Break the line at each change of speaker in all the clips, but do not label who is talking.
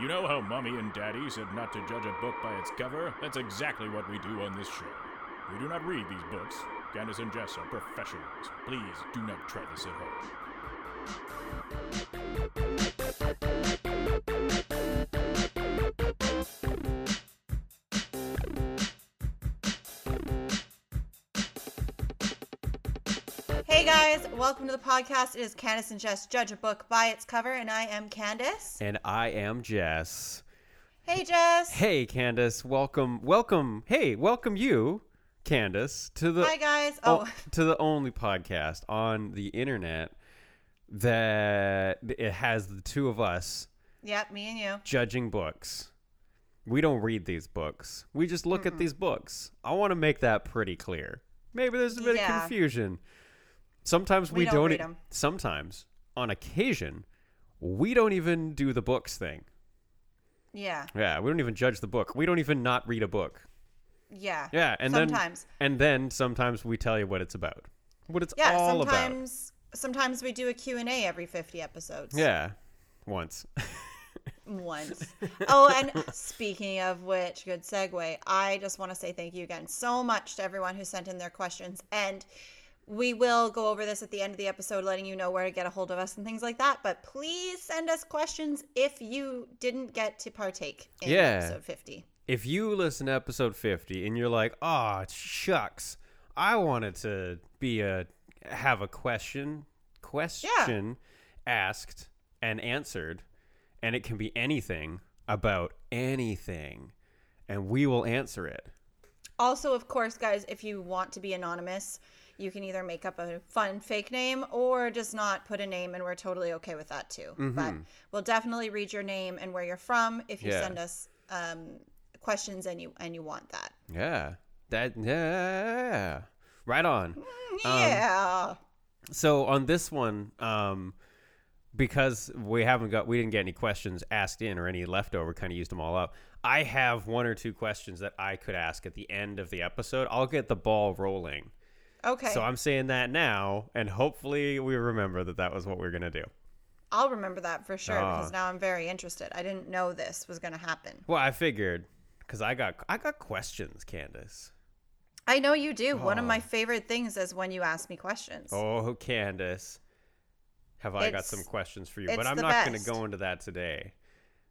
You know how Mummy and Daddy said not to judge a book by its cover? That's exactly what we do on this show. We do not read these books. Candace and Jess are professionals. Please do not try this at home.
Hey guys, welcome to the podcast. It is Candace and Jess judge a book by its cover, and I am Candace.
And I am Jess.
Hey Jess.
Hey, Candace. Welcome, welcome. Hey, welcome you, Candace, to the
Hi guys.
o-
Oh,
to the only podcast on the internet that it has the two of us
yep, me and you.
judging books. We don't read these books. We just look at these books. I want to make that pretty clear. Maybe there's a bit
Yeah.
of confusion. Sometimes
We
we,
don't
don't.
read
e-
'em.
Sometimes, on occasion, we don't even do the books thing.
Yeah,
Yeah, we don't even judge the book. We don't even not read a book.
yeah.
Yeah, and
sometimes.
then and then sometimes we tell you what it's about, what it's
yeah,
all about.
sometimes sometimes we do a Q&A every 50 episodes.
Yeah, once.
Once. oh, and speaking of which, good segue. I just want to say thank you again so much to everyone who sent in their questions and we will go over this at the end of the episode, letting you know where to get a hold of us and things like that. But please send us questions if you didn't get to partake in
Yeah.
episode 50.
if you listen to episode fifty and you're like, "Ah, shucks, I wanted to be a have a question question asked and answered, and it can be anything about anything, and we will answer it."
Also, of course, guys, if you want to be anonymous, you can either make up a fun fake name or just not put a name, and we're totally okay with that too.
Mm-hmm.
But we'll definitely read your name and where you're from if you
Yeah.
send us um, questions and you and you want that.
Yeah, that yeah, right on.
yeah,
So on this one, um, because we haven't got, we didn't get any questions asked in or any leftover, kind of used them all up. I have one or two questions that I could ask at the end of the episode. I'll get the ball rolling.
okay.
So I'm saying that now, and hopefully we remember that that was what we were gonna do.
I'll remember that for sure
Ah.
because now I'm very interested. I didn't know this was going to happen.
Well, I figured because I got I got questions, Candace.
I know you do. One of my favorite things is when you ask me questions.
Ah. Oh, Candace, have I got
It's-
some questions for you?
it's
But I'm
the
not gonna
best.
go into that today.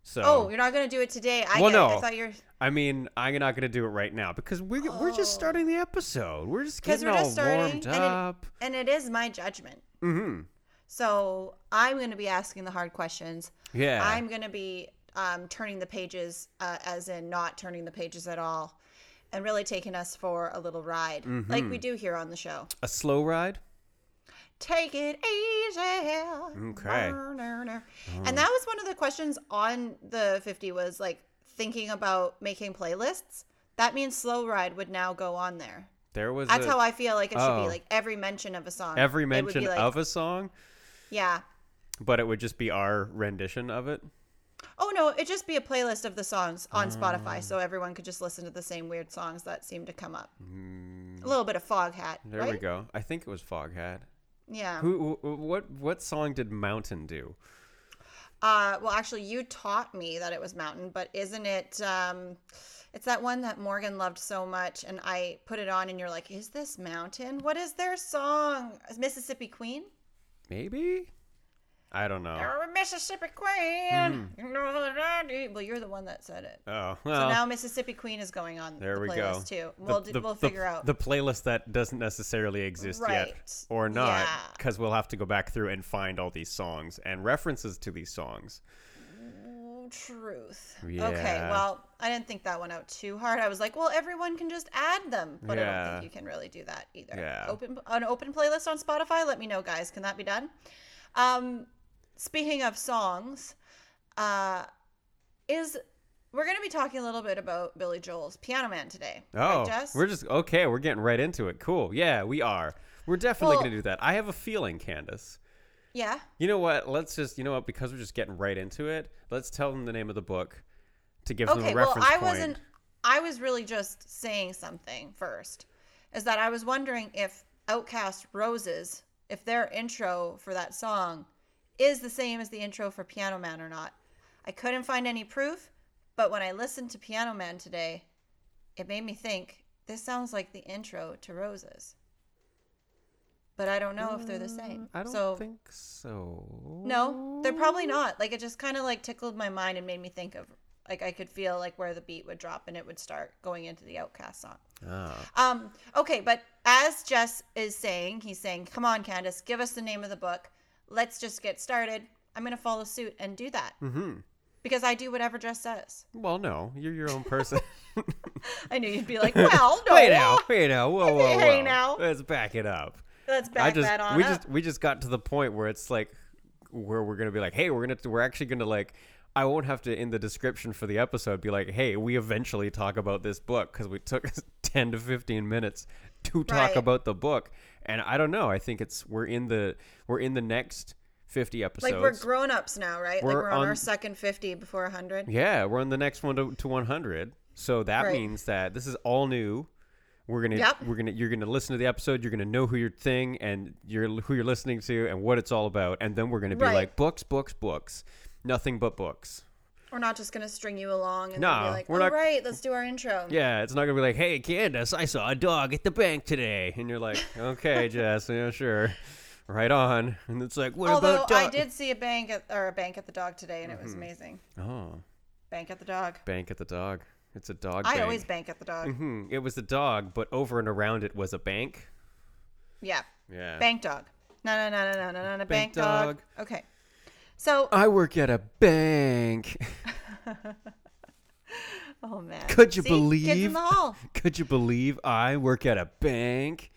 So
Oh, you're not going to do it today. I
Well,
get it. I
no.
thought you're
I mean, I'm not gonna do it right now because we're we're just starting the episode. We're just
because Oh.
getting
we're
all
just starting,
warmed
and it,
up.
and it is my judgment.
Mm-hmm.
So I'm going to be asking the hard questions.
Yeah.
I'm going to be um, turning the pages, uh, as in not turning the pages at all, and really taking us for a little ride, like
Mm-hmm.
we do here on the show.
a slow ride.
Take it easy.
Okay. Oh.
And that was one of the questions on the 50 was like thinking about making playlists. That means Slow Ride would now go on there.
There was
That's
a-
how I feel like it should
Oh.
be. Like every mention of a song.
every
it would be
mention
like,
of a song,
Yeah.
but it would just be our rendition of it.
Oh no, it'd just be a playlist of the songs on
Mm.
Spotify, so everyone could just listen to the same weird songs that seem to come up. A little bit of Foghat.
Mm. There
right?
we go. I think it was Foghat.
Yeah.
Who? wh- What? What song did Mountain do?
Uh, well, actually, you taught me that it was Mountain, but isn't it? Um, it's that one that Morgan loved so much, and I put it on, and you're like, "Is this Mountain? What is their song? Is Mississippi Queen?
Maybe. I don't know.
Or Mississippi Queen?
Hmm.
You know that I do." Well, you're the one that said it.
Oh
So
well.
now Mississippi Queen is going on
there
the
we go.
playlist too. We'll do, we'll figure out.
the playlist that doesn't necessarily exist
Right.
yet, or not,
Yeah.
because we'll have to go back through and find all these songs and references to these songs.
Truth. Okay,
Yeah.
well, I didn't think that one out too hard. I was like, well, everyone can just add them, but I
Yeah.
don't think you can really do that either.
Yeah.
Open an open playlist on Spotify. Let me know, guys. Can that be done? Um, speaking of songs, uh, is we're gonna be talking a little bit about Billy Joel's Piano Man today.
Oh,
right, Jess?
we're just okay. We're getting right into it. Cool. Yeah, we are. We're definitely
Well-
going to do that. I have a feeling, Candace.
yeah.
You know what? Let's just you know what because we're just getting right into it. Let's tell them the name of the book to give them
Okay.
a
Well,
reference
I
point.
wasn't. I was really just saying something first. Is that I was wondering if Outcast Roses, if their intro for that song, is the same as the intro for Piano Man or not. I couldn't find any proof, but when I listened to Piano Man today, it made me think this sounds like the intro to Roses. But I don't know if they're the same.
Mm, I don't
so,
think so.
No, they're probably not. Like it just kind of like tickled my mind and made me think of like I could feel like where the beat would drop and it would start going into the Outcast song.
Ah.
Um, okay, but as Jess is saying, he's saying, "Come on, Candace, give us the name of the book. Let's just get started." I'm gonna follow suit and do that
Mhm.
because I do whatever Jess says.
Well, no, you're your own person.
I knew you'd be like, "Well, no,
wait now, wait now, whoa, whoa, whoa.
Hey now.
Let's back it up.
let's
I
back
just,
that on
we
up."
just, we just got to the point where it's like, where we're gonna be like, hey, we're gonna, we're actually gonna like, I won't have to in the description for the episode be like, hey, we eventually talk about this book because we took us ten to fifteen minutes to talk
Right.
about the book, and I don't know. I think it's we're in the we're in the next fifty episodes.
like we're grown ups now, right? like
We're
we're on,
on-
our second 50 before 100.
Yeah, we're on the next one to, to 100. So that
Right.
means that this is all new. We're gonna,
Yep.
we're gonna, you're gonna listen to the episode. You're gonna know who your thing and you're who you're listening to and what it's all about. And then we're gonna be
Right.
like books, books, books, nothing but books.
We're not just gonna string you along and
No,
then be like,
we're
"All
not-
right, let's do our intro."
Yeah, it's not gonna be like, hey Candace, I saw a dog at the bank today, and you're like, okay, Jess, yeah, sure, right on. And it's like, what
Although
about
I
dog- Mm-hmm.
did see a bank at, or a bank at the dog today, and it was amazing.
Oh,
Bank at the dog.
bank at the dog. It's a dog.
I
bank.
always bank at the dog.
Hmm, it was the dog, but over and around it was a bank.
Yeah.
Yeah.
Bank dog. No, no, no, no, no, no, no, no. Bank
Bank
dog.
dog.
Okay. So,
I work at a bank.
oh man.
Could you
See? Kids
believe?
in the hall.
Could you believe I work at a bank?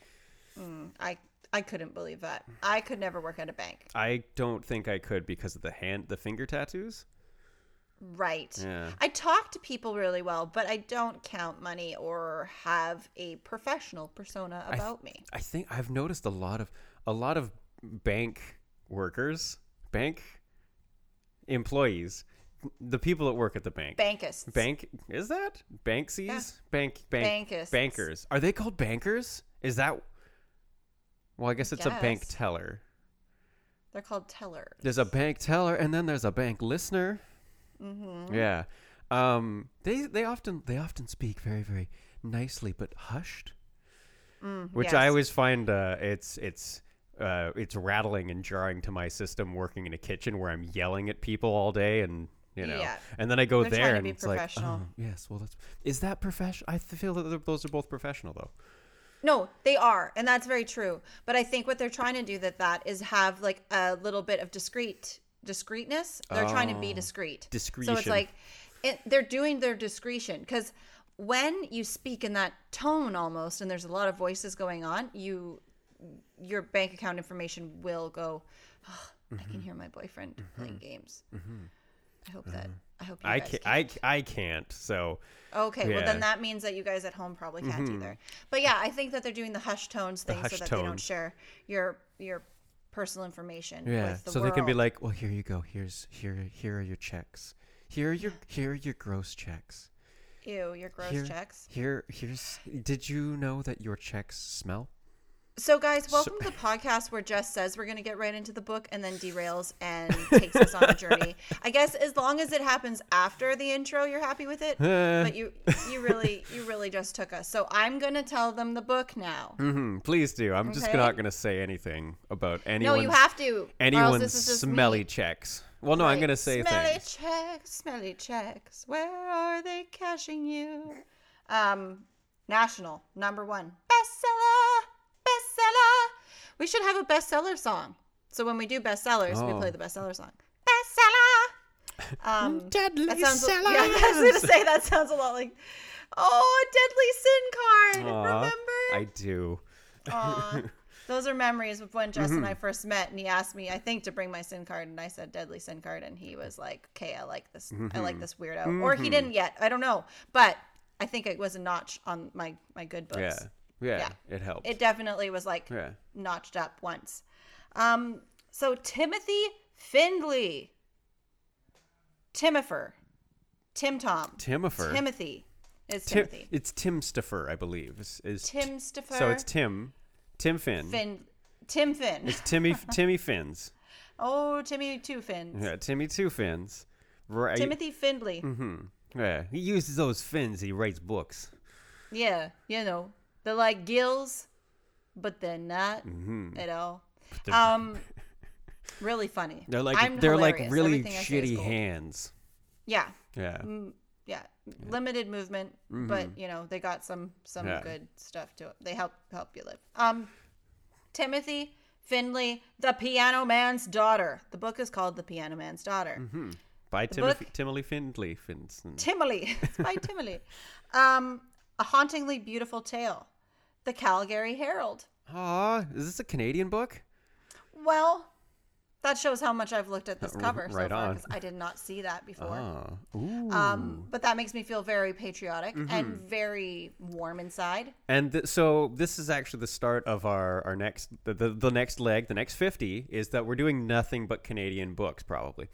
I I couldn't believe that. I could never work at a bank.
I don't think I could because of the hand, the finger tattoos.
Right.
Yeah.
I talk to people really well, but I don't count money or have a professional persona about me.
I think I've noticed a lot of a lot of bank workers, bank employees, the people that work at the bank.
Bankists.
Bank is that Banksies? Bank bank
Bankists.
bankers. Are they called bankers? Is that? Well, I guess it's a bank
guess.
teller.
They're called tellers.
There's a bank teller, and then there's a bank listener.
Mm.
Mm-hmm. Yeah, um, they they often they often speak very very nicely but hushed, which I
mm-hmm, yes.
always find uh, it's it's uh, it's rattling and jarring to my system working in a kitchen where I'm yelling at people all day and. You know,
Yeah.
and then I go
They're trying
there
to
and
be
it's like,
professional.
oh, yes, well, that's is that professional? I feel that they're- those are both professional though.
No, they are, and that's very true. But I think what they're trying to do that that is have like a little bit of discreet discreetness. They're trying to be discreet. So it's
Ah, Discretion.
like it, they're doing their discretion because when you speak in that tone almost, and there's a lot of voices going on, you your bank account information will go. "Oh, I
Mm-hmm.
can hear my boyfriend playing games. I hope that. I hope you
Mm-hmm. I
guys
can't,
can.
I, c- I can't. So
Okay, well
Yeah. Mm-hmm.
then that means that you guys at home probably can't either. But yeah, I think that they're doing the hush tones thing so
hush
that they don't
tones.
share your your personal information
Yeah,
with the
so they can be
world.
like, "Well, here you go. Here's here here are your checks. Here are your here are your gross checks.
ew, your gross
Here,
checks.
Here here's. Did you know that your checks smell?
So guys, welcome to the podcast where Jess says we're going to get right into the book and then derails and takes us on a journey. I guess as long as it happens after the intro, you're happy with it. but you you really you really just took us. So I'm going to tell them the book now.
Mm-hmm, please do. I'm just
Okay.
not gonna say anything about
No,
anyone's
you have to. or else
anyone's
this is just me.
smelly checks. Well, no, I'm
Right.
gonna say
smelly
things.
checks, smelly checks. Where are they cashing you? Um, national number one bestseller, bestseller. We should have a bestseller song. So when we do bestsellers, we
Oh.
play the bestseller song. Bestseller. Um,
Deadly
that sounds. Yeah, I was gonna say that sounds a lot like. Oh, a deadly sin card.
Aw,
Remember?
I do.
Aw. Those are memories of when Jess and
Mm-hmm.
I first met, and he asked me, I think, to bring my sin card, and I said deadly sin card, and he was like, "Okay, I like this. I
Mm-hmm.
like this weirdo," or he didn't yet. I don't know, but I think it was a notch on my my good books.
Yeah, yeah,
Yeah.
It helped.
It definitely was like
yeah.
notched up once. Um, so Timothy Findley, Timifer, Tim Tom,
Timifer.
Timothy, it's
Tim,
Timothy,
it's Tim Stiffer, I believe. Is, is
Tim Stiffer,
So it's Tim, Tim Finn.
Finn, Tim Finn.
It's Timmy Timmy Fins.
Oh, Timmy Two Fins.
Yeah, Timmy Two Fins. Right.
Timothy Findley.
Yeah. He uses those fins. He writes books.
Yeah, you know, they're like gills, but they're not at all.
they're-
Um, really funny.
They're like
I'm
they're like
hilarious.
really
Everything I say is
shitty
gold. Mm.
hands.
Yeah,
Yeah.
yeah, limited movement, but you know they got some some
Yeah.
good stuff to it. They help help you live. Um, Timothy Findley, the Piano Man's daughter. The book is called The Piano Man's Daughter.
By Timothy
book-
Timothy Findley Finston.
Timely. It's by Timely. Um, a hauntingly beautiful tale. The Calgary Herald.
Aw, is this a Canadian book?
Well, that shows how much I've looked at this
Uh, r-
cover so
right
far
on.
because I did not see that before.
Oh. Ooh. Mm-hmm.
Um, but that makes me feel very patriotic and very warm inside.
And th- so this is actually the start of our our next the, the the next leg, the next 50 is that we're doing nothing but Canadian books probably.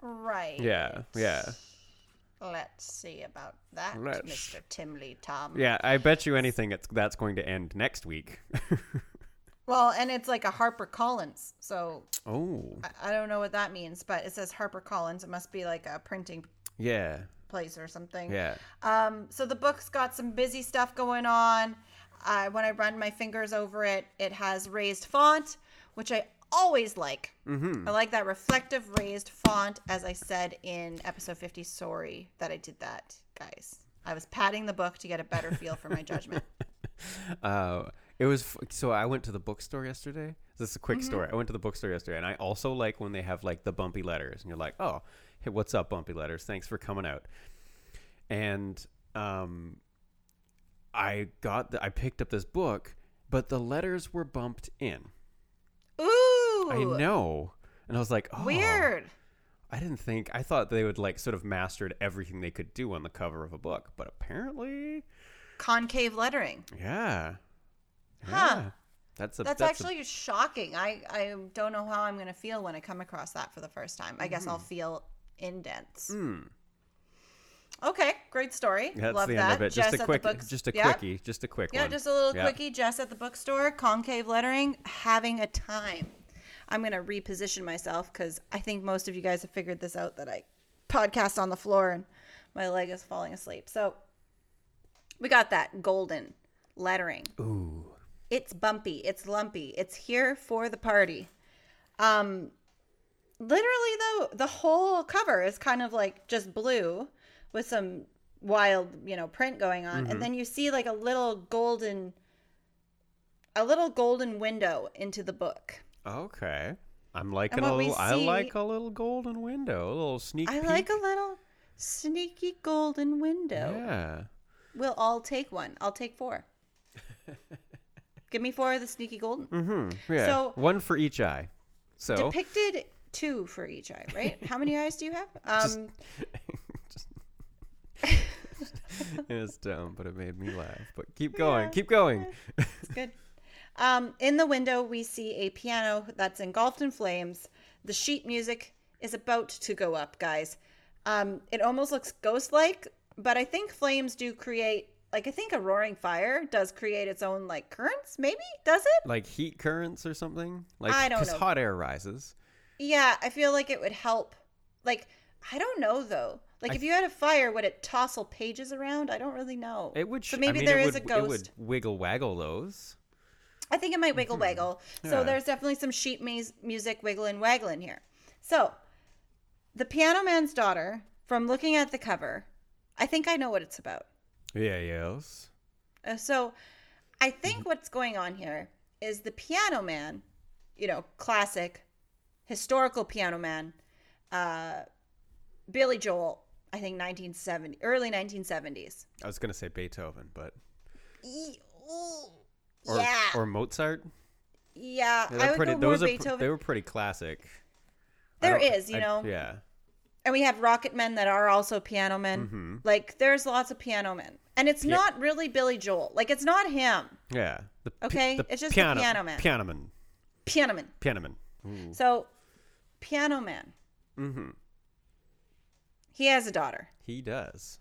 Right.
Yeah. Yeah.
Let's see about that,
Let's-
Mr. Timley Tom.
Yeah, I bet you anything it's, that's going to end next week.
Well, and it's like a Harper Collins, so
oh.
I, I don't know what that means, but it says Harper Collins. It must be like a printing
Yeah.
place or something.
Yeah.
Um, so the book's got some busy stuff going on. Uh, when I run my fingers over it, it has raised font, which I always like. Mm-hmm. I like that reflective raised font, as I said in episode 50. Sorry that I did that, guys. I was patting the book to get a better feel for my judgment.
Uh, it was f- so I went to the bookstore yesterday. This is a
Mm-hmm.
quick story. I went to the bookstore yesterday, and I also like when they have like the bumpy letters, and you're like, "Oh, hey, what's up, bumpy letters? Thanks for coming out." And um, I got the, I picked up this book, but the letters were bumped in.
Ooh,
I know, and I was like, "Oh,
weird.
I didn't think. I thought they would like sort of mastered everything they could do on the cover of a book, but apparently,
Concave lettering.
yeah,
Huh.
Yeah. That's a
That's,
that's a-
actually shocking. I, I don't know how I'm going to feel when I come across that for the first time. I guess I'll
Mm-hmm.
feel indents. Okay, great story.
Hmm. That's
Love
the
that.
end of it.
Jess
Just
at the
a quick,
books-
just a
Yeah.
quickie, just a quick
Yeah,
one.
just a little
Yeah.
quickie. Jess at the bookstore, concave lettering, having a time. I'm going to reposition myself because I think most of you guys have figured this out that I podcast on the floor and my leg is falling asleep. So we got that golden lettering. Ooh. It's bumpy. It's lumpy. It's here for the party. Um, literally though, the whole cover is kind of like just blue with some wild, you know, print going on,
Mm-hmm.
and then you see like a little golden, a little golden window into the book.
Okay, I'm liking
And
a
what we
little. I
see-
like a little golden window, a little sneak.
I
peek.
like a little sneaky golden window.
Yeah.
We'll all take one. I'll take four. Give me four of the sneaky golden.
Mm-hmm. Yeah.
So-
one for each eye. So
Depicted two for each eye, right? How many eyes do you have? Um,
it was dumb, but it made me laugh. But keep going, keep going.
Good. Um, in the window, we see a piano that's engulfed in flames. The sheet music is about to go up, guys. Um, it almost looks ghost like, but I think flames do create, like, I think a roaring fire does create its own, like, currents, maybe? Does it?
Like heat currents or something. Like
I don't know.
hot air rises.
Yeah, I feel like it would help. Like, I don't know, though. Like, if you had a fire, would it tossle pages around? I don't really know.
It would. Sh-
So
I
maybe
mean,
there
it
is
would-
a ghost.
It would wiggle waggle those.
I think it might wiggle waggle. So
Mm-hmm. Yeah.
there's definitely some sheet maze music wiggling waggling here. So the piano man's daughter, from looking at the cover, I think I know what it's about.
Yeah. Yes.
Uh, so I
Mm-hmm.
think what's going on here is the piano man, you know, classic historical piano man, uh, Billy Joel, I think 1970, early 1970s.
I was gonna say Beethoven, but
E- ooh,
or
yeah.
or Mozart.
yeah.
They're
I would
pretty-
go more
those are pr-
Beethoven.
they were pretty classic. I
there
don't-
is, you
I-
know.
Yeah.
and we have rocket men that are also piano men
Mm-hmm.
like there's lots of piano men and it's not really billy joel like it's not him
Yeah. The pi-
Okay,
the
it's just the
piano,
piano man.
Piano man.
piano man
Piano man.
so piano man he has a daughter
Mm-hmm. He does.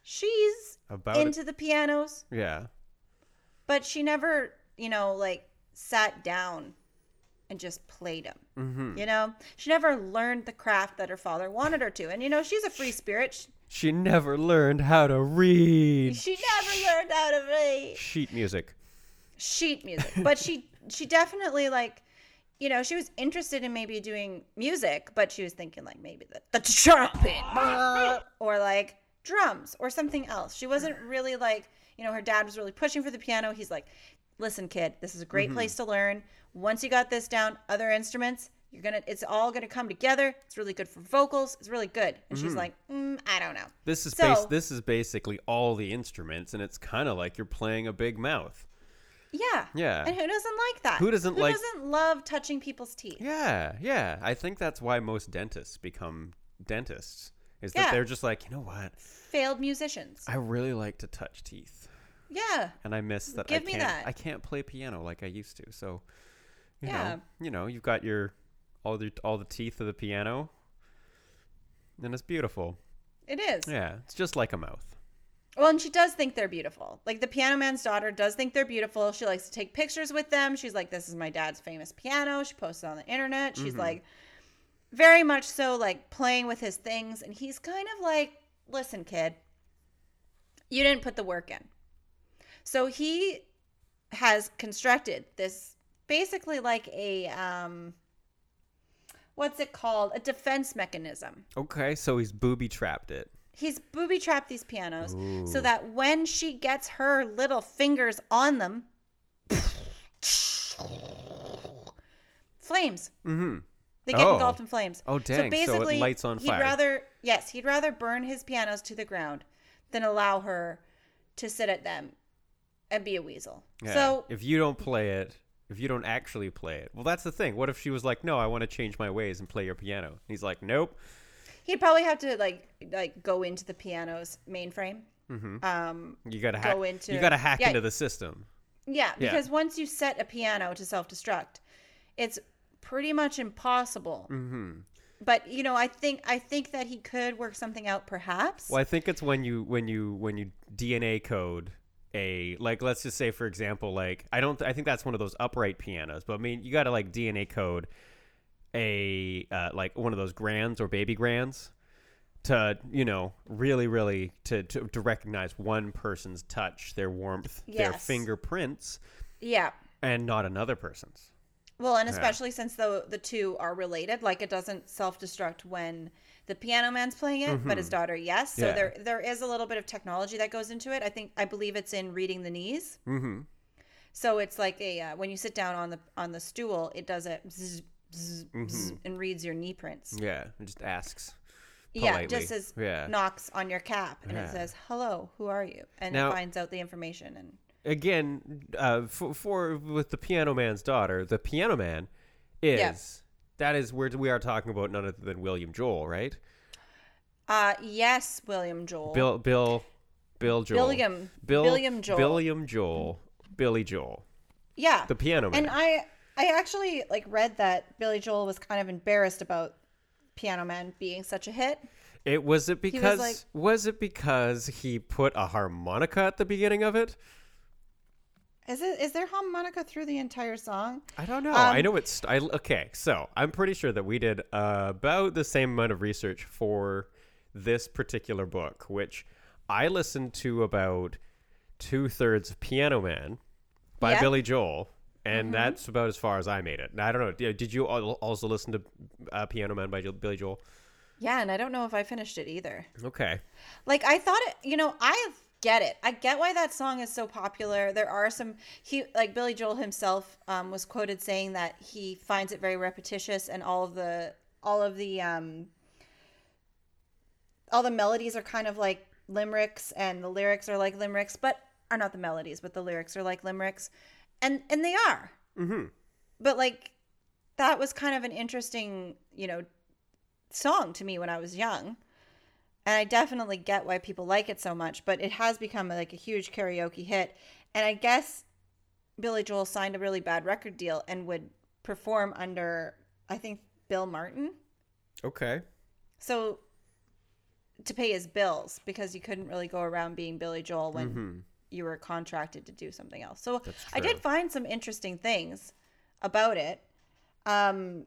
she's
About it-
into the pianos
Yeah.
but she never you know like sat down and just played him.
Mm-hmm.
You know, she never learned the craft that her father wanted her to. And, you know, she's a free spirit. She,
She never learned how to read
she never learned how to read.
sheet music.
sheet music but she she definitely like you know she was interested in maybe doing music but she was thinking like maybe the, the trumpet uh, or like drums or something else she wasn't really like you know her dad was really pushing for the piano he's like listen kid this is a
Mm-hmm.
great place to learn once you got this down other instruments you're gonna it's all gonna come together it's really good for vocals it's really good and she's like mm, i don't know
This is
So-
bas- this is basically all the instruments, and it's kind of like you're playing a big mouth.
yeah
Yeah.
and who doesn't like that
Who doesn't like-
doesn't love touching people's teeth
Yeah, yeah. I think that's why most dentists become dentists. Is that
Yeah.
they're just like, you know what?
failed musicians
I really like to touch teeth,
Yeah.
and I miss that. I
Give
can't,
me that.
I can't play piano like I used to. So, you
Yeah.
know, you know, you've got your all the all the teeth of the piano, and it's beautiful.
It is.
Yeah, it's just like a mouth.
Well, and she does think they're beautiful. Like the piano man's daughter does think they're beautiful. She likes to take pictures with them. She's like, This is my dad's famous piano. She posts it on the internet. She's
Mm-hmm.
like very much so like playing with his things. And he's kind of like, Listen, kid, you didn't put the work in. So he has constructed this basically like a um what's it called? A defense mechanism.
Okay, so he's booby trapped it.
He's booby trapped these pianos so that when she gets her little fingers on them, flames.
Mm-hmm.
They get
Oh.
engulfed in flames.
Oh, dang, so it lights on
he'd
fire.
rather yes, he'd rather burn his pianos to the ground than allow her to sit at them and be a weasel.
Yeah.
So
if you don't play it, if you don't actually play it, well, that's the thing. What if she was like, "No, I want to change my ways and play your piano," and he's like, "Nope."
he'd probably have to like like go into the piano's mainframe.
Mm-hmm.
Um,
You gotta hack.
Go into-
you gotta hack
yeah.
into the system.
Yeah,
Yeah.
because once you set a piano to self destruct, it's pretty much impossible. Mm-hmm. But you know, I think I think that he could work something out, perhaps.
Well, I think it's when you when you when you DNA code a like let's just say for example like I don't I think that's one of those upright pianos, but I mean you got to like DNA code a uh, like one of those grands or baby grands to you know really really to to, to recognize one person's touch, their warmth, their
Yes.
fingerprints,
Yeah.
and not another person's.
Well, and especially since the the two are related, like it doesn't self destruct when the piano man's playing it, but his daughter, yes. So
Mm-hmm. Yeah.
there there is a little bit of technology that goes into it. I think I believe it's in reading the knees.
Mm-hmm.
So it's like a uh, when you sit down on the on the stool, it does a zzz, zzz,
Mm-hmm.
zzz, and reads your knee prints.
Yeah, it just asks.
Yeah,
politely.
just as
Yeah.
knocks on your cap and
Yeah.
it says, "Hello, who are you?" and
Now-
it finds out the information. And
again uh, for, for with the piano man's daughter the piano man is
Yeah.
that is where we are talking about none other than william joel right
uh yes, William Joel.
bill bill bill joel
Billiam-
bill
Billiam Joel.
Billiam joel billy joel
yeah,
the piano man
and I I actually like read that Billy Joel was kind of embarrassed about Piano Man being such a hit.
it was it because was,
like-
it because he put a harmonica at the beginning of it
Is it is there harmonica through the entire song?
I don't know.
Um,
I know it's. I, okay, so I'm pretty sure that we did uh, about the same amount of research for this particular book, which I listened to about two thirds of Piano Man by
Yeah. Mm-hmm.
Billy Joel, and that's about as far as I made it. And I don't know. Did did you al- also listen to uh, Piano Man by Jo- Billy Joel?
Yeah, and I don't know if I finished it either.
Okay.
Like I thought it, you know, I get it. I get why that song is so popular. There are some he like Billy Joel himself um, was quoted saying that he finds it very repetitious and all of the all of the um all the melodies are kind of like limericks and the lyrics are like limericks, but are not the melodies, but the lyrics are like limericks. And and they are. Mhm. But like that was kind of an interesting, you know, song to me when I was young and I definitely get why people like it so much, but it has become like a huge karaoke hit. And I guess Billy Joel signed a really bad record deal and would perform under, I think, Bill Martin.
Okay.
So to pay his bills because you couldn't really go around being Billy Joel when you were contracted to do something else. So I did
true.
find some interesting things about it. Um,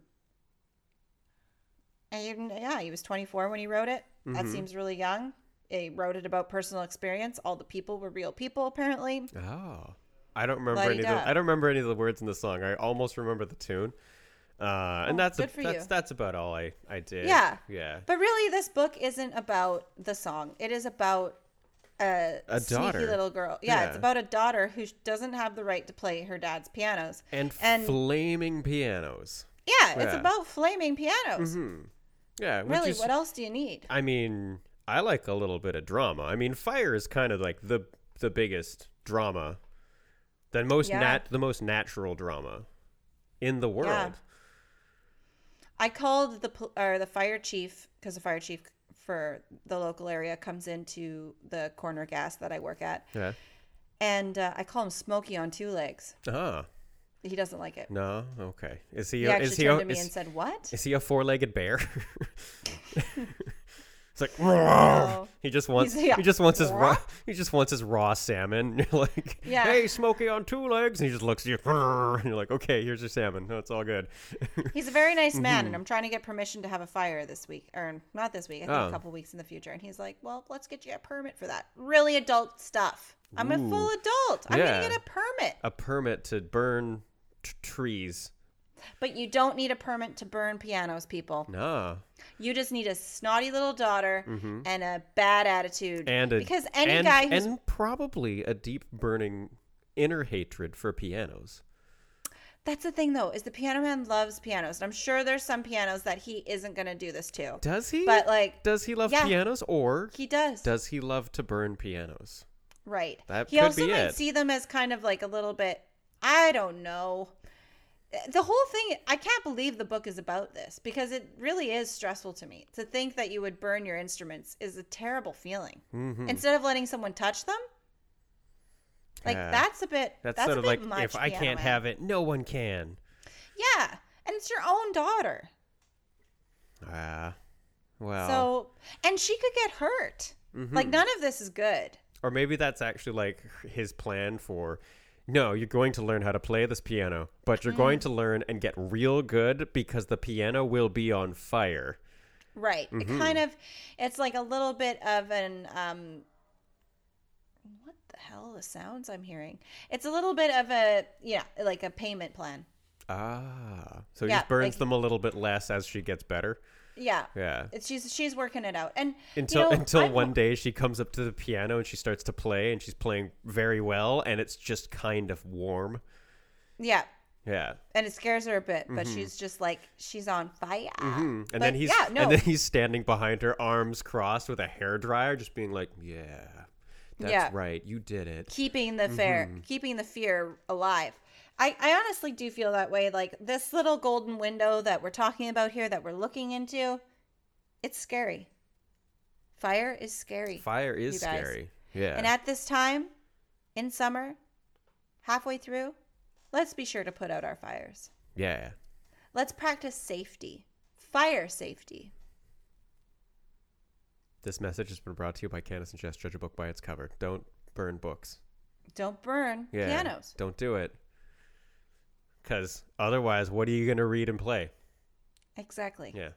and you- yeah, he was 24 when he wrote it. That seems really young. He wrote it about personal experience. All the people were real people, apparently.
Oh, I don't remember any. Of
La-di-da.
the, I don't remember any of the words in the song. I almost remember the tune, uh, and
Oh,
that's a-
good for
that's
you.
that's about all I I did.
Yeah.
yeah.
But really, this book isn't about the song. It is about a,
A daughter.
sneaky little girl. Yeah,
Yeah.
it's about a daughter who sh- doesn't have the right to play her dad's pianos.
And,
And-
flaming pianos.
Yeah, it's
Yeah.
about flaming pianos.
Yeah, which
Really,
is-
what else do you need?
I mean, I like a little bit of drama. I mean, fire is kind of like the the biggest drama, the most
Yeah.
nat the most natural drama in the world.
I called the pol- or the fire chief because the fire chief for the local area comes into the corner gas that I work at,
Yeah.
and uh, I call him Smokey on two legs.
Ah,
He doesn't like it.
no, okay. Is he?
He
a,
actually
is he?
turned
a-
to me
is-
and said, "What?"
Is he a four-legged bear? it's like "Roar." he just wants
He's- yeah.
he just wants his raw
Roar.
he just wants his raw salmon. You're like,
Yeah.
hey, Smokey on two legs, and he just looks at you, "Roar," and you're like, okay, here's your salmon. No, it's all good.
He's a very nice man,
Mm-hmm.
and I'm trying to get permission to have a fire this week, or not this week. I think
Oh.
a couple weeks in the future. And he's like, "Well, let's get you a permit for that. Really adult stuff. I'm
Ooh.
a full adult. I'm
Yeah.
gonna get a permit.
a permit to burn t- trees.
But you don't need a permit to burn pianos, people.
Nah,
You just need a snotty little daughter and a bad attitude.
Mm-hmm. and a,
because any
and-
guy who's
and probably a deep burning inner hatred for pianos.
that's the thing though is the piano man loves pianos, and I'm sure there's some pianos that he isn't gonna do this to.
Does he?
But like
does he love
yeah.
pianos, or
he does.
does he love to burn pianos?
Right.
That
he
could
also
be
might
it.
see them as kind of like a little bit. I don't know. The whole thing, I can't believe the book is about this because it really is stressful to me. To think that you would burn your instruments is a terrible feeling.
Mhm.
Instead of letting someone touch them, like
Yeah.
that's a bit.
That's,
That's,
sort
a
of
bit
like
much,
if I
Piano
can't
Man.
have it, no one can.
Yeah, and it's your own daughter.
Ah, well, Mm-hmm.
So, and she could get hurt. Like none of this is good.
or maybe that's actually like his plan for. No, you're going to learn how to play this piano, but you're
Mm.
going to learn and get real good because the piano will be on fire.
Right.
Mm-hmm.
It kind of it's like a little bit of an um what the hell the sounds I'm hearing. It's a little bit of a yeah, like a payment plan.
Ah, so he
Yeah,
just burns
like-
them a little bit less as she gets better.
Yeah.
Yeah.
It's she's she's working it out. And you
Until
know,
until
I'm-
one day she comes up to the piano and she starts to play and she's playing very well and it's just kind of warm.
Yeah.
Yeah.
And it scares her a bit, but she's just like she's on fire.
Mm-hmm. And
But
then he's
yeah, no.
and then he's standing behind her arms crossed with a hair dryer just being like, "Yeah. That's
Yeah.
right. You did it."
keeping the fair
Mm-hmm.
keeping the fear alive I, I honestly do feel that way like this little golden window that we're talking about here that we're looking into it's scary fire is scary
Fire is
you guys.
scary. Yeah.
and at this time in summer halfway through let's be sure to put out our fires
yeah.
let's practice safety fire safety
This message has been brought to you by Candace and Jess. Judge a book by its cover. Don't burn books.
don't burn
Yeah.
pianos
Don't do it. Because otherwise, what are you going to read and play?
exactly
Yeah.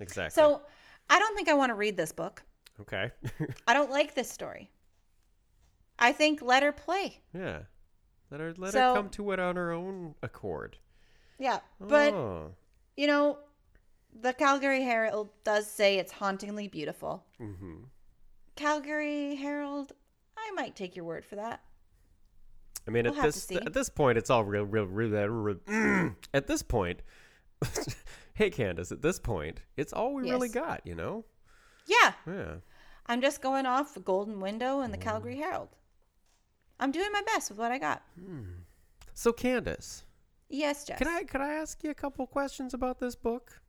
Exactly.
so i don't think i want to read this book
okay.
I don't like this story. I think let her play.
yeah. Let her let her
So-
come to it on her own accord.
Yeah. But,
Oh.
you know, the Calgary Herald does say it's hauntingly beautiful.
Mhm.
Calgary Herald, I might take your word for that.
I mean,
We'll
at
have to
this
see.
at this point, it's all real, real, real. real, real mm. At this point, hey Candace, at this point, it's all we really
Yes.
got, you know.
Yeah.
Yeah.
I'm just going off the Golden Window
Mm.
and the Calgary Herald. I'm doing my best with what I got.
So Candace,
Yes, Jess.
can I could I ask you a couple questions about this book?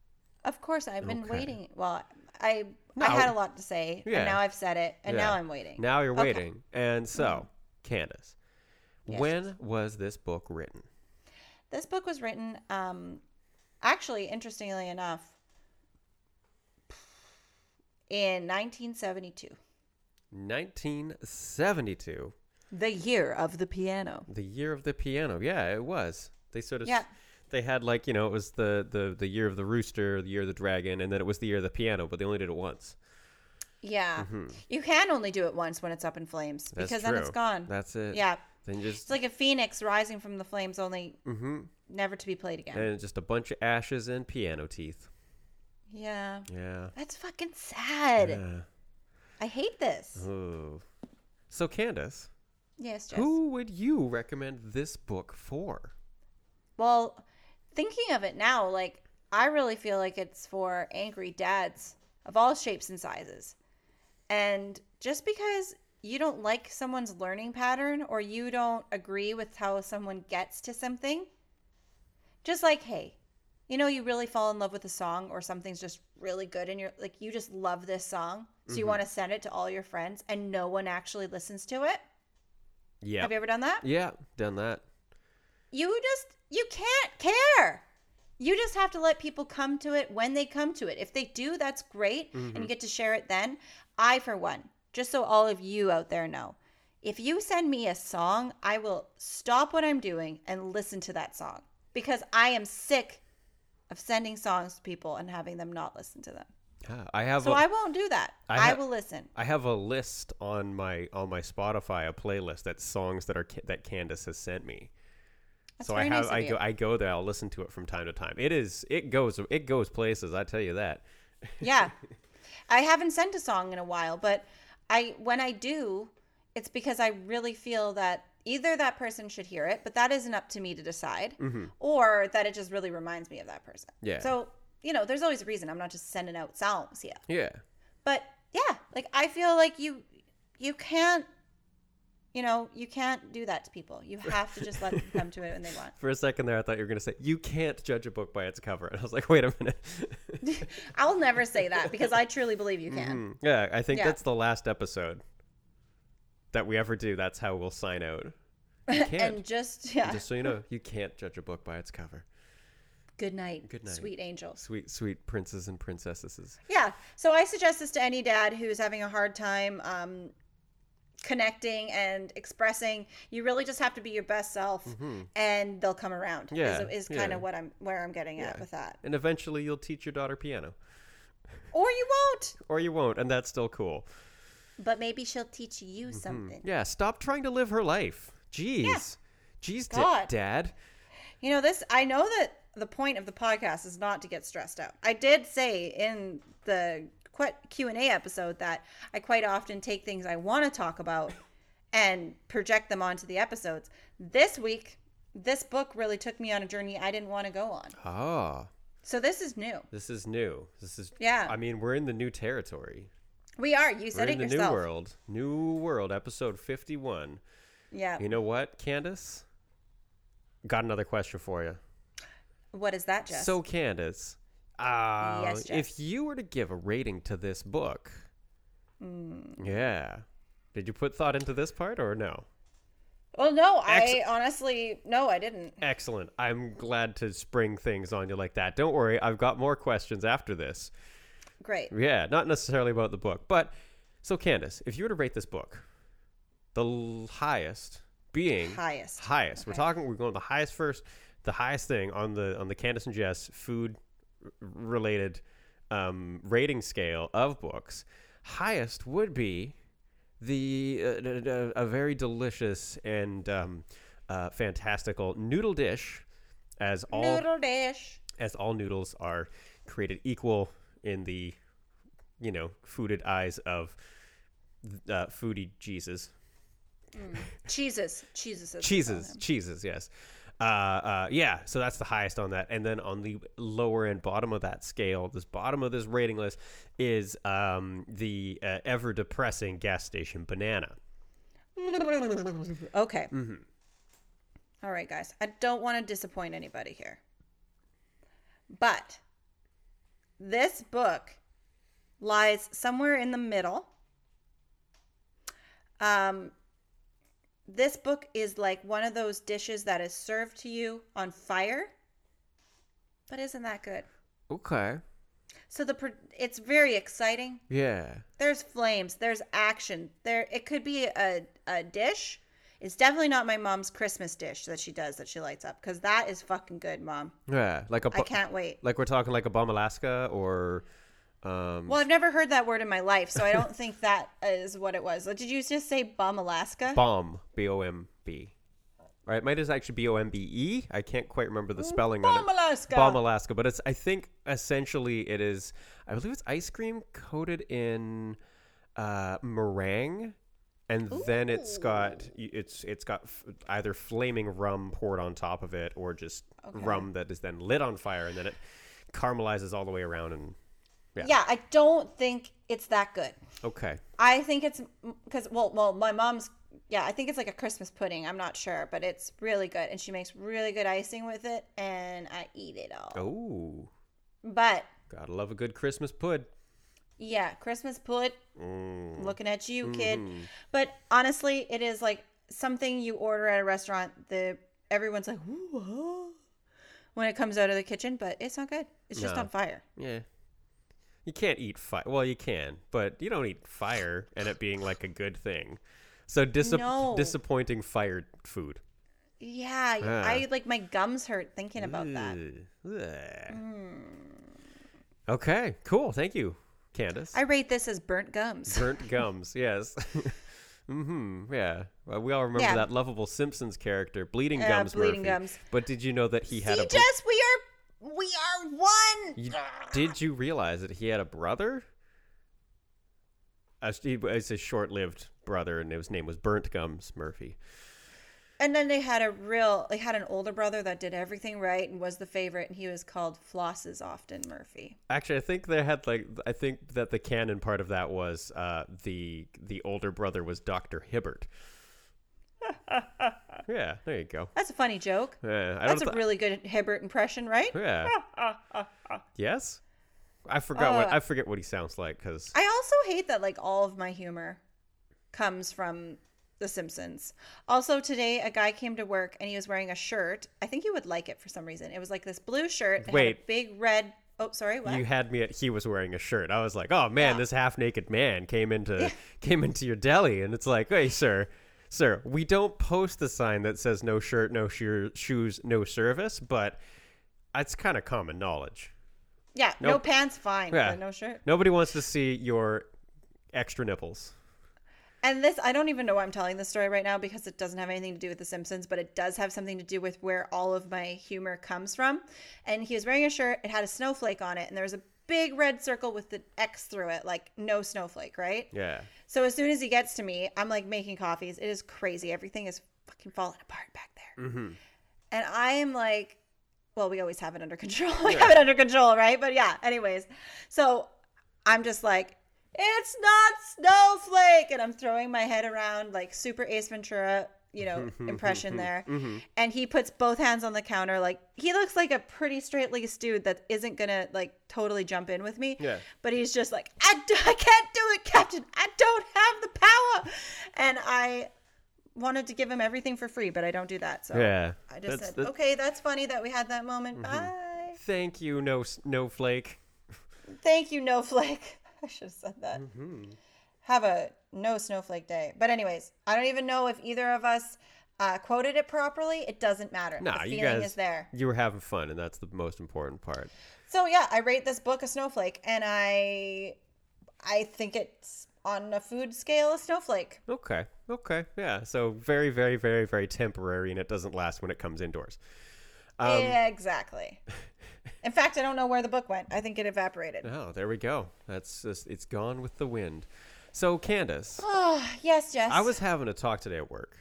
Of course, I've been
Okay.
waiting. Well, I
No.
I had a lot to say,
Yeah.
and now I've said it, and
Yeah.
now I'm waiting.
Now you're
Okay. Mm-hmm.
waiting. And so, Candace,
Yes.
when was this book written?
This book was written, um, actually, interestingly enough, in 1972,
1972,
the year of the piano.
the year of the piano. Yeah, it was. They sort of
Yeah.
they had like you know it was the the the year of the rooster, the year of the dragon, and then it was the year of the piano, but they only did it once.
Yeah. You can only do it once when it's up in flames
Mm-hmm. That's
because then it's
true.
gone.
That's it.
Yeah.
Then just
It's like a phoenix rising from the flames, only
Mhm.
never to be played again.
and just a bunch of ashes and piano teeth.
yeah.
Yeah.
That's fucking sad.
Yeah. Mm-hmm.
I hate this.
Ooh. So Candace,
Yes, Jess.
who would you recommend this book for?
Well, thinking of it now, like I really feel like it's for angry dads of all shapes and sizes. And just because you don't like someone's learning pattern or you don't agree with how someone gets to something, just like, hey, you know, you really fall in love with a song or something's just really good and you're like, you just love this song. So you want to send it to all your friends and no one actually listens to it.
Yeah.
Have you ever done that?
yeah, done that.
you just you can't care you just have to let people come to it when they come to it if they do that's great and
Mm-hmm.
you get to share it then i for one just so all of you out there know if you send me a song i will stop what i'm doing and listen to that song because i am sick of sending songs to people and having them not listen to them
Yeah, I have
so
a,
I i won't do that
I
i,
ha-
will listen
I have a list on my on my Spotify, a playlist that's songs that are ca- that Candace has sent me.
that's
so I
very
have
nice of
I
you.
go I go there. I'll listen to it from time to time. It is it goes it goes places. I tell you that.
yeah i haven't sent a song in a while but i when i do it's because i really feel that either that person should hear it but that isn't up to me to decide or that it just really reminds me of that person
Mm-hmm. Yeah.
so you know there's always a reason i'm not just sending out songs yeah
Yeah.
but yeah like i feel like you you can't you know you can't do that to people you have to just let them come to it when they want
For a second there, I thought you were gonna say you can't judge a book by its cover, and I was like, wait a minute.
i'll never say that because i truly believe you can
Hmm. yeah, I think
Yeah.
that's the last episode that we ever do. That's how we'll sign out. You
and
can't.
just yeah
Just so you know, you can't judge a book by its cover.
good night
Good night.
sweet angels
Sweet, sweet princes and princesses.
Yeah. So I suggest this to any dad who's having a hard time um, connecting and expressing. You really just have to be your best self, and they'll come around.
Mm-hmm. Yeah,
is, is kind
yeah.
of what I'm where I'm getting at with that.
And eventually, you'll teach your daughter piano,
Or you won't,
or you won't, and that's still cool.
but maybe she'll teach you
Mm-hmm.
something.
Yeah, stop trying to live her life. Jeez. Jeez, da-
God.
Dad.
You know this. I know that the point of the podcast is not to get stressed out. I did say in the Q and A episode that I quite often take things I want to talk about and project them onto the episodes. This week, this book really took me on a journey I didn't want to go on.
Ah,
So this is new.
this is new. This is.
Yeah.
I mean, we're in the new territory.
We are. You said
we're
it
in the
yourself.
new world. New world, episode 51.
Yeah.
You know what, Candace? Got another question for you.
What is that, Jess?
So, Candace, uh,
Yes, Jess.
if you were to give a rating to this book,
Hmm.
yeah. Did you put thought into this part or no?
well, no,
Ex-
I honestly no, I didn't.
Excellent. I'm glad to spring things on you like that. Don't worry, I've got more questions after this.
Great.
Yeah, not necessarily about the book, but so Candace, if you were to rate this book, the l- highest being
Highest.
highest. We're
Okay.
talking. We're going the highest first. The highest thing on the on the Candace and Jess food r- related um, rating scale of books. Highest would be the uh, d- d- a very delicious and um, uh, fantastical noodle dish, as all
Noodle dish.
as all noodles are created equal in the you know fooded eyes of uh, foodie Jesus.
Cheeses. Cheeses. is-
cheeses cheeses yes uh, uh, yeah so that's the highest on that and then on the lower end bottom of that scale this bottom of this rating list is um, the uh, ever depressing gas station banana
Okay. All right, guys. I don't want to disappoint anybody here. But this book lies somewhere in the middle. Um, this book is like one of those dishes that is served to you on fire, but isn't that good?
okay
So the pro- it's very exciting.
yeah
There's flames. There's action. There, it could be a, a dish. It's definitely not my mom's Christmas dish that she does that she lights up because that is fucking good, mom.
Yeah, like a
I can't wait.
like we're talking like a bomb Alaska or um
Well, I've never heard that word in my life, so I don't think that is what it was. Did you just say bum Alaska?
bomb B O M B. All right, it might is actually B O M B E. I can't quite remember the spelling on
Mm, Bomb
it.
Alaska.
Bomb Alaska, but it's I think essentially it is I believe it's ice cream coated in uh meringue and then it's got it's it's got f- either flaming rum poured on top of it or just rum that is then lit on fire and then it caramelizes all the way around and
yeah, I don't think it's that good.
okay.
I think it's because well, well, my mom's yeah, I think it's like a Christmas pudding. I'm not sure, but it's really good, and she makes really good icing with it, and I eat it all.
Oh,
But
got to love a good Christmas pud. Mm.
yeah, Christmas pud. Looking at you, kid.
Mm-hmm.
But honestly, it is like something you order at a restaurant. The everyone's like, "Ooh, huh," when it comes out of the kitchen, but it's not good. It's just
No.
on fire.
Yeah. You can't eat fire. Well, you can, but you don't eat fire and it being like a good thing. So dis-
No.
disappointing fire food.
Yeah,
Yeah.
I like my gums hurt thinking about that.
Ugh. Ugh. Okay, cool. Thank you, Candace.
I rate this as burnt gums.
Burnt gums, yes. mm-hmm, yeah. Well, we all remember
Yeah.
that lovable Simpsons character, Bleeding
Uh,
Gums
Bleeding
Murphy.
Gums.
But did you know that he had
See,
a... bl-
Jess, we are we are one. Ah.
You, did you realize that he had a brother? A, he was a short-lived brother, and his name was Burnt Gums Murphy.
And then they had a real, they had an older brother that did everything right and was the favorite, and he was called Flosses often Murphy.
Actually, I think they had like I think that the canon part of that was uh, the the older brother was Doctor Hibbert. yeah, there you go.
That's a funny joke.
Yeah, I don't
That's a
thi-
really good Hibbert impression, right?
yeah. yes, I forgot what
Oh.
I forget what he sounds like because
I also hate that like all of my humor comes from The Simpsons. Also, today a guy came to work and he was wearing a shirt. I think you would like it for some reason. It was like this blue shirt. It had a
Wait.
big red. Oh, sorry. What?
you had me at he was wearing a shirt. I was like, oh man, this half naked man came into came into your deli, and it's like, hey, sir, sir, we don't post the sign that says no shirt, no shoe, shoes, no service, but it's kind of common knowledge.
yeah. No
Nope.
pants. Fine.
Yeah.
but no shirt.
Nobody wants to see your extra nipples.
And this, I don't even know why I'm telling this story right now because it doesn't have anything to do with The Simpsons, but it does have something to do with where all of my humor comes from. And he was wearing a shirt, it had a snowflake on it, and there was a big red circle with the X through it, like no snowflake, right?
Yeah.
So as soon as he gets to me, I'm like making coffees. It is crazy. Everything is fucking falling apart back there. And I am like, well, we always have it under control. we have it under control, right? But yeah, anyways. So I'm just like, it's not snowflake. And I'm throwing my head around like super Ace Ventura, you know, impression there.
Mm-hmm.
And he puts both hands on the counter. Like he looks like a pretty straight laced dude that isn't going to like totally jump in with me.
Yeah.
But he's just like, I, d- I can't do it, Captain. I don't have the power. And I wanted to give him everything for free, but I don't do that. So
Yeah.
Oh, I just
That's
said,
the- Mm-hmm.
okay, that's funny that we had that moment. Bye.
Thank you, no snowflake.
Thank you, no flake. I should have said that.
Mm-hmm.
Have a no snowflake day. But anyways, I don't even know if either of us uh, quoted it properly. It doesn't matter. the
Nah,
feeling
you guys
is there.
You were having fun, and that's the most important part.
So yeah, I rate this book a snowflake, and I, I think it's on a food scale a snowflake.
Okay. Okay. Yeah. So very, very, very, very temporary, and it doesn't last when it comes indoors. Um,
yeah, exactly. In fact, I don't know where the book went. I think it evaporated.
Oh, there we go. That's just it's gone with the wind. So Candace,
Oh, yes, yes.
Uh-huh. I was having a talk today at work,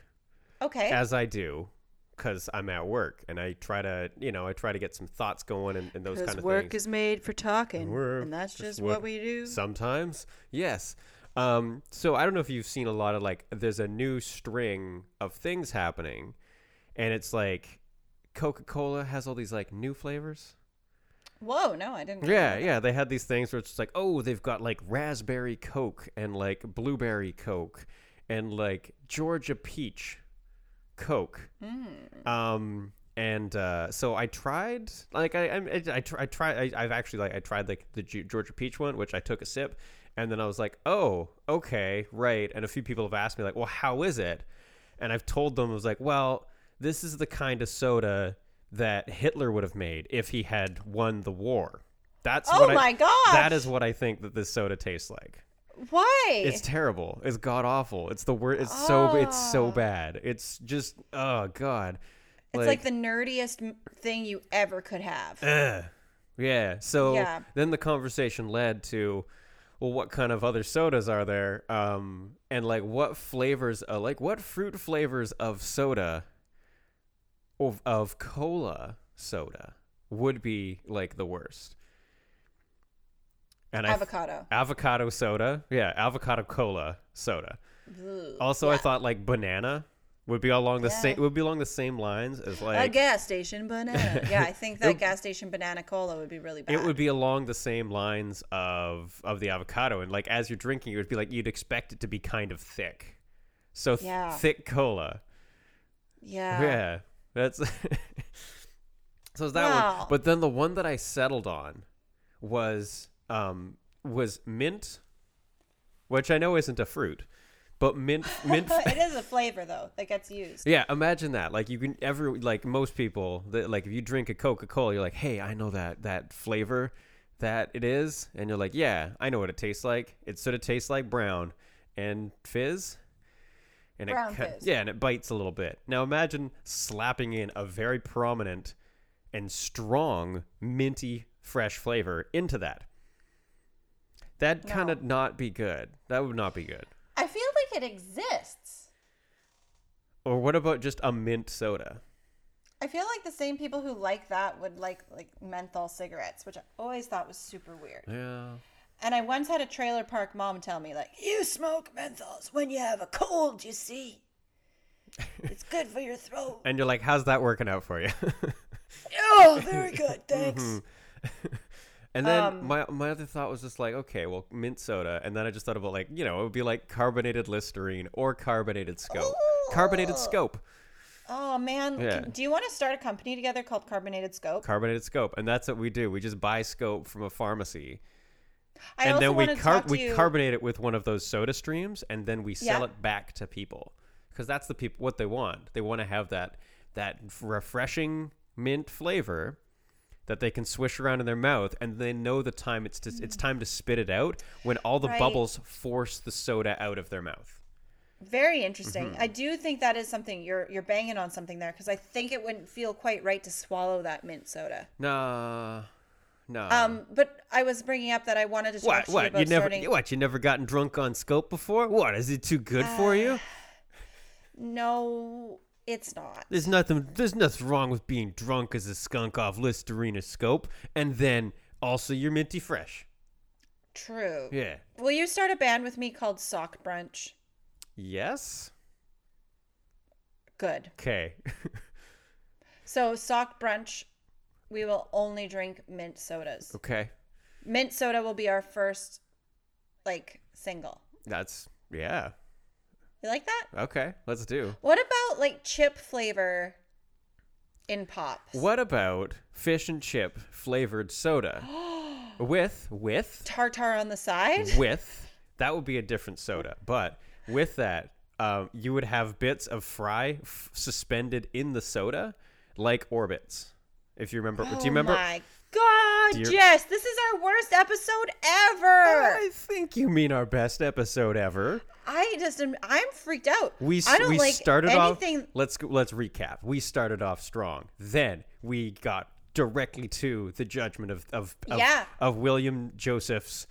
okay.
as I do, because I'm at work and I try to, you know, I try to get some thoughts going and, and those kind of things.
is made for talking,
Work is work. Sometimes, yes. Um, so I don't know if you've seen a lot of like, there's a new string of things happening, and it's like Coca Cola has all these like new flavors.
Whoa, no, I didn't.
Yeah, yeah. They had these things where it's just like, oh, they've got like raspberry Coke and like blueberry Coke and like Georgia peach Coke. Um, and uh, so I tried, like, I I'm- I, I, tr- I tried, I, I've actually like I tried like the Ge- Georgia peach one, which I took a sip, and then I was like, oh, okay, right. And a few people have asked me like, well, how is it? and I've told them I was like, well, this is the kind of soda that Hitler would have made if he had won the war. That's
Oh
what I-
my gosh. Eh.
That is what I think that this soda tastes like.
Why?
It's terrible. It's god awful. It's the worst. It's so it's so bad. It's just oh god.
Ah. It's like, the nerdiest m- thing you ever could have.
Yeah. So
Yeah.
then the conversation led to, well, what kind of other sodas are there? Um, and like what flavors, uh, like what fruit flavors of soda, of, of cola soda would be like the worst? And I th-
Avocado.
avocado soda. Yeah. Avocado cola soda.
Ugh.
Also, I thought like banana would be along the same, would be along the same lines as like,
a gas station banana. Yeah, I think that gas station banana cola would be really bad.
It would be along the same lines of of the avocado, and like as you're drinking, it would be like you'd expect it to be kind of thick, so th-
Yeah.
thick cola.
Yeah.
Yeah, that's so is that
Wow.
one. But then the one that I settled on was um was mint, which I know isn't a fruit, but mint mint.
But it is a flavor though that gets used.
Yeah, imagine that. Like you can every like most people that like if you drink a Coca Cola, you're like, hey, I know that that flavor that it is, and you're like, yeah, I know what it tastes like. It sort of tastes like brown and fizz. And
Brown
it cut-
fizz.
yeah, and it bites a little bit. Now imagine slapping in a very prominent and strong minty fresh flavor into that. That'd
No.
kind of not be good. That would not be good.
I feel like it exists.
Or what about just a mint soda?
I feel like the same people who like that would like like menthol cigarettes, which I always thought was super weird.
Yeah.
And I once had a trailer park mom tell me like, "You smoke menthols when you have a cold, you see. It's good for your throat."
and you're like, "How's that working out for you?"
oh, very good. Thanks.
Mm-hmm. and then my my other thought was just like, "Okay, well, mint soda," and then I just thought about like, you know, it would be like carbonated Listerine or carbonated Scope, carbonated Scope,
Oh man,
Yeah.
do you want to start a company together called Carbonated Scope?
carbonated Scope, and that's what we do. We just buy Scope from a pharmacy,
I
and
also
then we
wanted to
car-
talk to
we
you.
carbonate it with one of those Soda Streams, and then we sell
Yeah.
it back to people because that's the people what they want. They want to have that that refreshing mint flavor. that they can swish around in their mouth and they know the time it's to, it's time to spit it out when all the
Mm. Right.
bubbles force the soda out of their mouth.
Very interesting.
Mm-hmm.
I do think that is something you're you're banging on something there because I think it wouldn't feel quite right to swallow that mint soda.
Nah. No.
Um, but I was bringing up that I wanted to talk
Uh. what
to you
what
about
you never
starting.
what you never gotten drunk on scope before? What is it too good
Uh,
for you?
No, it's not.
There's nothing there's nothing wrong with being drunk as a skunk off Listerine or scope and then also you're minty fresh.
True.
Yeah.
Will you start a band with me called Sock Brunch?
Yes.
Good.
Okay.
So Sock Brunch, we will only drink mint sodas.
okay.
Mint soda will be our first, like single.
That's yeah.
You like that?
Okay. Let's do.
What about like chip flavor in pops?
What about fish and chip flavored soda with with
Tartar on the side?
with that would be a different soda, but with that um, you would have bits of fry f- suspended in the soda like orbits. If you remember, do you remember?
Oh my god,
you-
yes, this is our worst episode ever.
I think you mean our best episode ever.
I just am, I'm freaked out.
We s-
I don't
we
like
started
anything.
off. Let's go- let's recap. We started off strong. Then we got directly to the judgment of of of,
Yeah.
of William Joseph's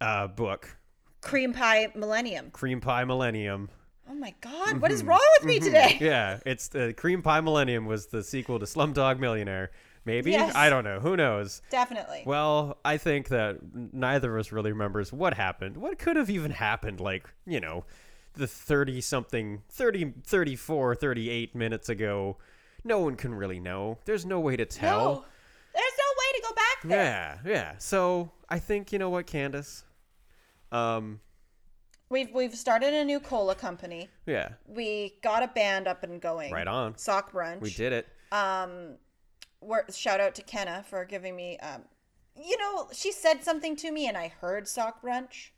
uh, book,
cream pie millennium.
Cream Pie Millennium.
Oh my god, what
Mm-hmm.
is wrong with me today?
Yeah, it's the Cream Pie Millennium was the sequel to Slumdog Millionaire. Maybe
Yes.
I don't know. Who knows?
Definitely.
Well, I think that neither of us really remembers what happened. What could have even happened like, you know, the 30 something 30 34 38 minutes ago. No one can really know. There's no way to
no. Eh.
tell.
There's no way to go back there.
Yeah, yeah. So, I think you know what, Candace? Um,
We've we've started a new cola company.
yeah.
We got a band up and going.
Right on.
Sock brunch. Um,
We did it.
We're, shout out to Kenna for giving me um you know, she said something to me and I heard sock brunch.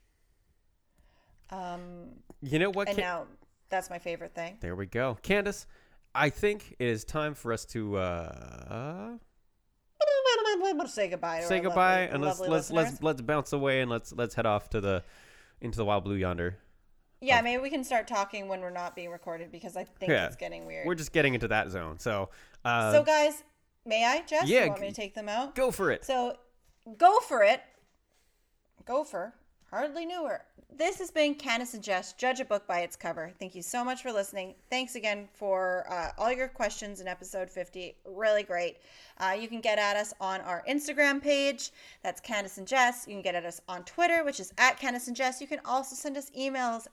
Um,
You know what?
And
Ca-
now That's my favorite thing.
There we go. Candace, I think it is time for us to uh,
say goodbye. to
say
our
goodbye
lovely-
and let's
lovely
let's let's
listeners.
let's bounce away and let's let's head off to the into the wild blue yonder.
yeah, maybe we can start talking when we're not being recorded because I think
Yeah.
it's getting weird.
We're just getting into that zone. So, uh,
so, guys, may I, Jess?
yeah,
you want me
g-
to take them out?
go for it.
So, go for it. Gopher. Hardly knew her. This has been Candace and Jess. Judge a book by its cover. Thank you so much for listening. Thanks again for uh, all your questions in episode 50. Really great. Uh, you can get at us on our Instagram page. That's Candace and Jess. You can get at us on Twitter, which is at Candace and Jess. You can also send us emails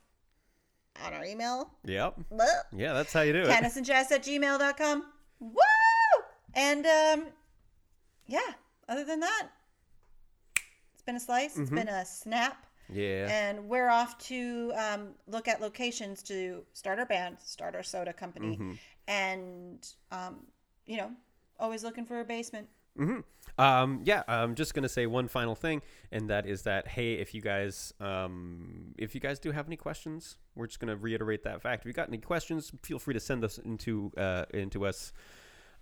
on our email.
Yep.
Blah.
Yeah, that's how you do it.
Candace and Jess at gmail.com. Woo! And um, yeah, other than that, it's been a slice, it's been a snap.
Mm-hmm. Yeah.
And we're off to um, look at locations to start our band, start our soda company,
Mm-hmm.
and um, you know, always looking for a basement.
Um, yeah, I'm just gonna say one final thing, and that is that hey, if you guys um, if you guys do have any questions, we're just gonna reiterate that fact. If you got any questions, feel free to send us into uh, into us.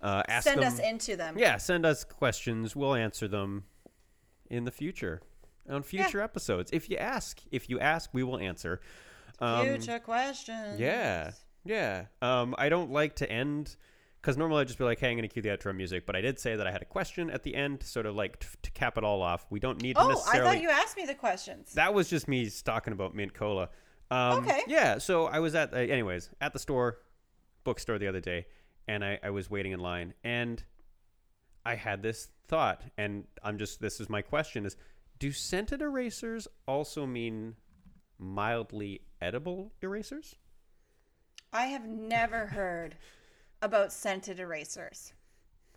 Uh, ask
Send
them-
us into them.
Yeah, send us questions. We'll answer them in the future on future episodes. If you ask, if you ask, we will answer.
Future questions.
um, Yeah, yeah. Um, I don't like to end because normally I'd just be like, "Hey, I'm going to cue the outro music," but I did say that I had a question at the end, sort of like t- to cap it all off. We don't need to
Oh, I
necessarily.
thought you asked me the questions.
That was just me talking about mint cola. Um,
Okay.
Yeah. So I was at, uh, anyways, at the store, bookstore the other day, and I, I was waiting in line, and I had this thought, and I'm just, this is my question: is do scented erasers also mean mildly edible erasers?
I have never heard about scented erasers.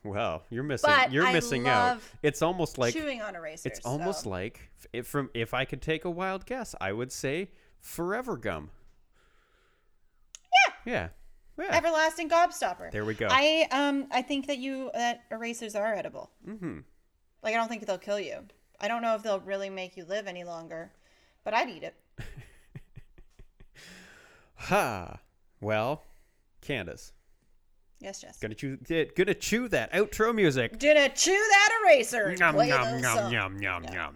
Well, you're missing.
But
you're
I
missing out.
love
It's almost like
chewing on erasers.
it's almost
so.
like f- if from if I could take a wild guess, I would say forever gum. Yeah. Yeah. Yeah.
everlasting gobstopper.
There we go.
I um I think that you that erasers are edible. Mm-hmm. Like I don't think they'll kill you. I don't know if they'll really make you live any longer, but I'd eat it.
ha. Well, Candace,
Yes, Jess.
gonna chew di- gonna chew that outro music.
Didn't chew that eraser.
Nom
Play
nom
those
nom
songs.
nom nom nom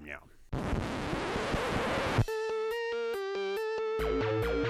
nom.